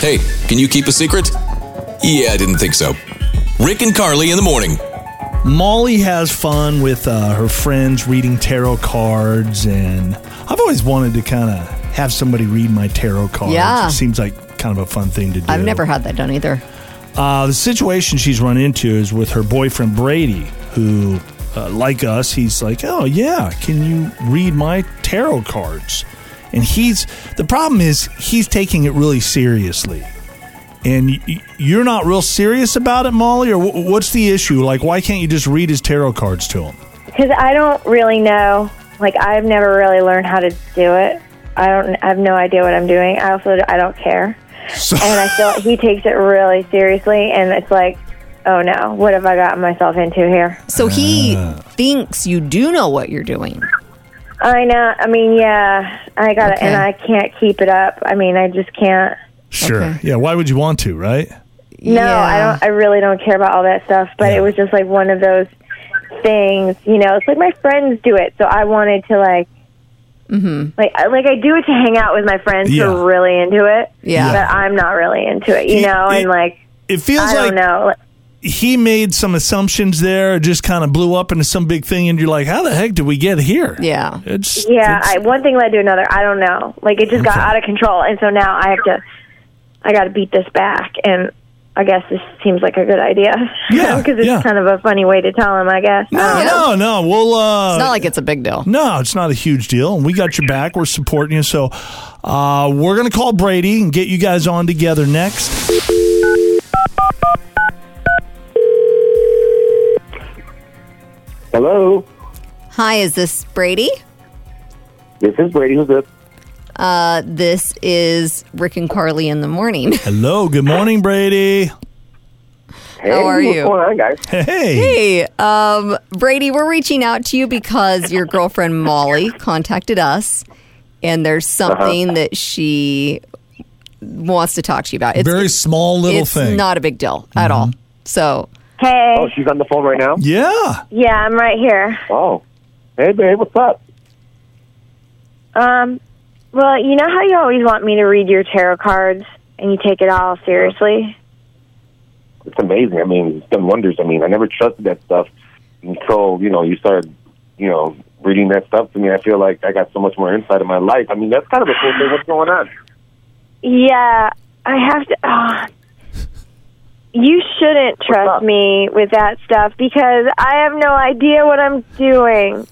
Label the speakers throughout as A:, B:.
A: Hey, can you keep a secret? Yeah, I didn't think so. Rick and Carly in the morning.
B: Molly has fun with uh, her friends reading tarot cards, and I've always wanted to kind of have somebody read my tarot cards.
C: Yeah.
B: It seems like kind of a fun thing to do.
C: I've never had that done either.
B: Uh, the situation she's run into is with her boyfriend Brady, who, uh, like us, he's like, "Oh yeah, can you read my tarot cards?" And he's the problem is he's taking it really seriously, and y- y- you're not real serious about it, Molly. Or wh- what's the issue? Like, why can't you just read his tarot cards to him?
D: Because I don't really know. Like I've never really learned how to do it. I don't. I have no idea what I'm doing. I also I don't care. and I feel he takes it really seriously, and it's like, oh no, what have I gotten myself into here?
C: So he
B: Ah.
C: thinks you do know what you're doing.
D: I know. I mean, yeah, I got to
C: Okay.
D: and I can't keep it up. I mean, I just can't.
B: Sure.
C: Okay.
B: Yeah. Why would you want to? Right.
D: No, I don't. I really don't care about all that stuff. But it was just like one of those things, you know. It's like my friends do it, so I wanted to like, like, I- like I do it to hang out with my friends who
B: Mm-hmm. Yeah.
D: are really into it.
C: Yeah.
D: but I'm not really into it, you know.
B: it-
D: and like,
B: It feels
D: I
B: like
D: don't know. Like,
B: he made some assumptions there, just kind of blew up into some big thing, and you're like, "How the heck did we get here?"
C: Yeah.
B: It's
D: Yeah,
B: it's-
D: I, one thing led to another. I don't know. Like it just got out of control, and so now I have to. I got to beat this back, and I guess this seems like a good idea.
B: Yeah,
D: because it's
B: yeah.
D: kind of a funny way to tell him. I guess. I don't know.
B: No, no, no. We'll. Uh,
C: It's not like it's a big deal.
B: no, it's not a huge deal, and we got your back. We're supporting you, so uh, we're gonna call Brady and get you guys on together next.
E: Hello,
C: Hi, is this Brady?
E: this is Brady. Who's this?
C: Uh, this is Rick and Carly in the morning.
B: Hello, good morning, Brady.
E: Hey,
C: How are
E: what's
C: you?
E: going on, guys?
B: Hey,
C: Hey, um, Brady, we're reaching out to you because your girlfriend Molly contacted us, and there's
B: Uh-huh.
C: something that she wants to talk to you about. It's,
B: very small little
C: it's
B: thing. Mm-hmm.
C: not a big deal at all. So,
D: Hey.
E: Oh, she's on the phone right now.
B: yeah,
D: Yeah, I'm right here.
E: Oh, hey, babe, what's up?
D: Um, well, you know how you always want me to read your tarot cards and you take it all seriously?
E: It's amazing. I mean, it's done wonders. I mean, I never trusted that stuff until you know you started, you know, reading that stuff to me. I feel like I got so much more insight in my life. I mean, that's kind of a cool thing. What's going on?
D: Yeah, I have to. ah. You shouldn't trust
E: up?
D: me with that stuff because I have no idea what I'm doing.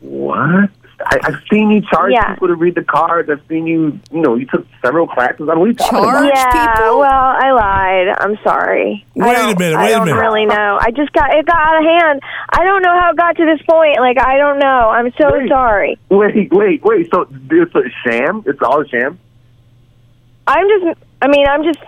E: What? I, I've seen you charge
D: Yeah.
E: people to read the cards. I've seen you. You know, you took several classes on. What are you talking about?
C: Charge
D: yeah,
C: people?
D: well, I lied. I'm sorry. I
B: Wait a
D: don't-
B: minute,
D: I
B: wait a
D: don't
B: minute.
D: really know. I just got it got out of hand. I don't know how it got to this point. Like I don't know. I'm so
E: Wait.
D: sorry.
E: Wait, wait, wait. So it's a sham. It's all a sham.
D: I'm just. I mean, I'm just.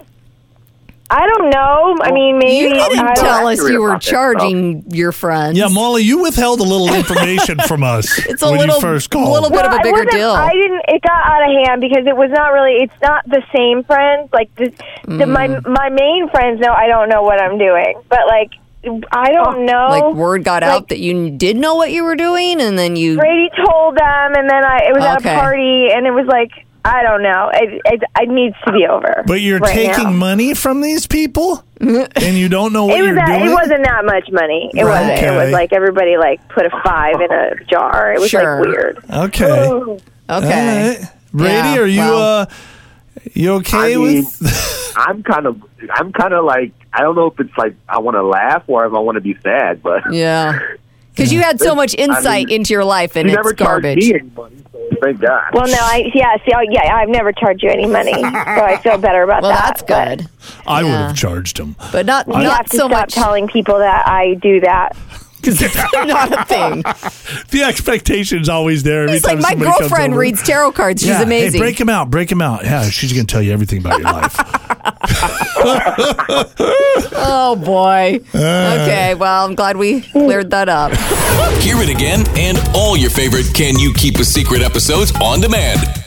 D: I don't know. I mean,
C: you
D: maybe
C: didn't
D: I don't-
C: tell us you were
E: about that, so-
C: charging your friends.
B: yeah, Molly, you withheld a little information from us
C: It's a
B: when
C: little-
B: you first called.
C: little bit of a
D: I
C: bigger
D: wasn't-
C: deal.
D: I didn't. It got out of hand because it was not really. It's not the same friends. Like the, the, my
C: Mm.
D: my main friends know I don't know what I'm doing, but like I don't know.
C: Oh, like word got
D: Oh, Like-
C: out that you did know what you were doing, and then you
D: Brady told them, and then I it was at
C: Okay.
D: a party, and it was like I don't know. It it, it needs to be over.
B: but you're
D: right
B: taking
D: now.
B: money from these people, and you don't know what
D: It
B: you're
D: was that,
B: doing.
D: it wasn't that much money. It wasn't. It
B: Okay.
D: was like everybody like put a five in a jar. It was
C: Sure.
D: like weird.
B: okay.
C: okay.
B: All right. Brady,
C: Yeah,
B: are you
C: well.
B: uh you okay
E: I mean-
B: with
E: I'm kind of, I'm kind of like, I don't know if it's like I want to laugh or if I want to be sad, but
C: Yeah. Because you had so much insight into your life, and
E: you
C: it's
E: never charged
C: garbage.
E: me any money, so thank God.
D: Well, no, I yeah, see, I, yeah, I've never charged you any money, so I feel better about
C: Well,
D: that.
C: that's good,
B: I would
C: Yeah.
B: have charged him.
C: but not
D: But you have
C: not
D: to
C: so
D: stop
C: much.
D: telling people that I do that.
C: not a thing.
B: The expectation's always there. every
C: It's like
B: time
C: my
B: somebody comes
C: girlfriend
B: over.
C: reads tarot cards. She's
B: Yeah,
C: amazing.
B: Hey, break him out, break him out. Yeah, she's gonna tell you everything about your life.
C: oh boy. okay. Well, I'm glad we cleared that up.
A: Hear it again and all your favorite Can You Keep a Secret episodes on demand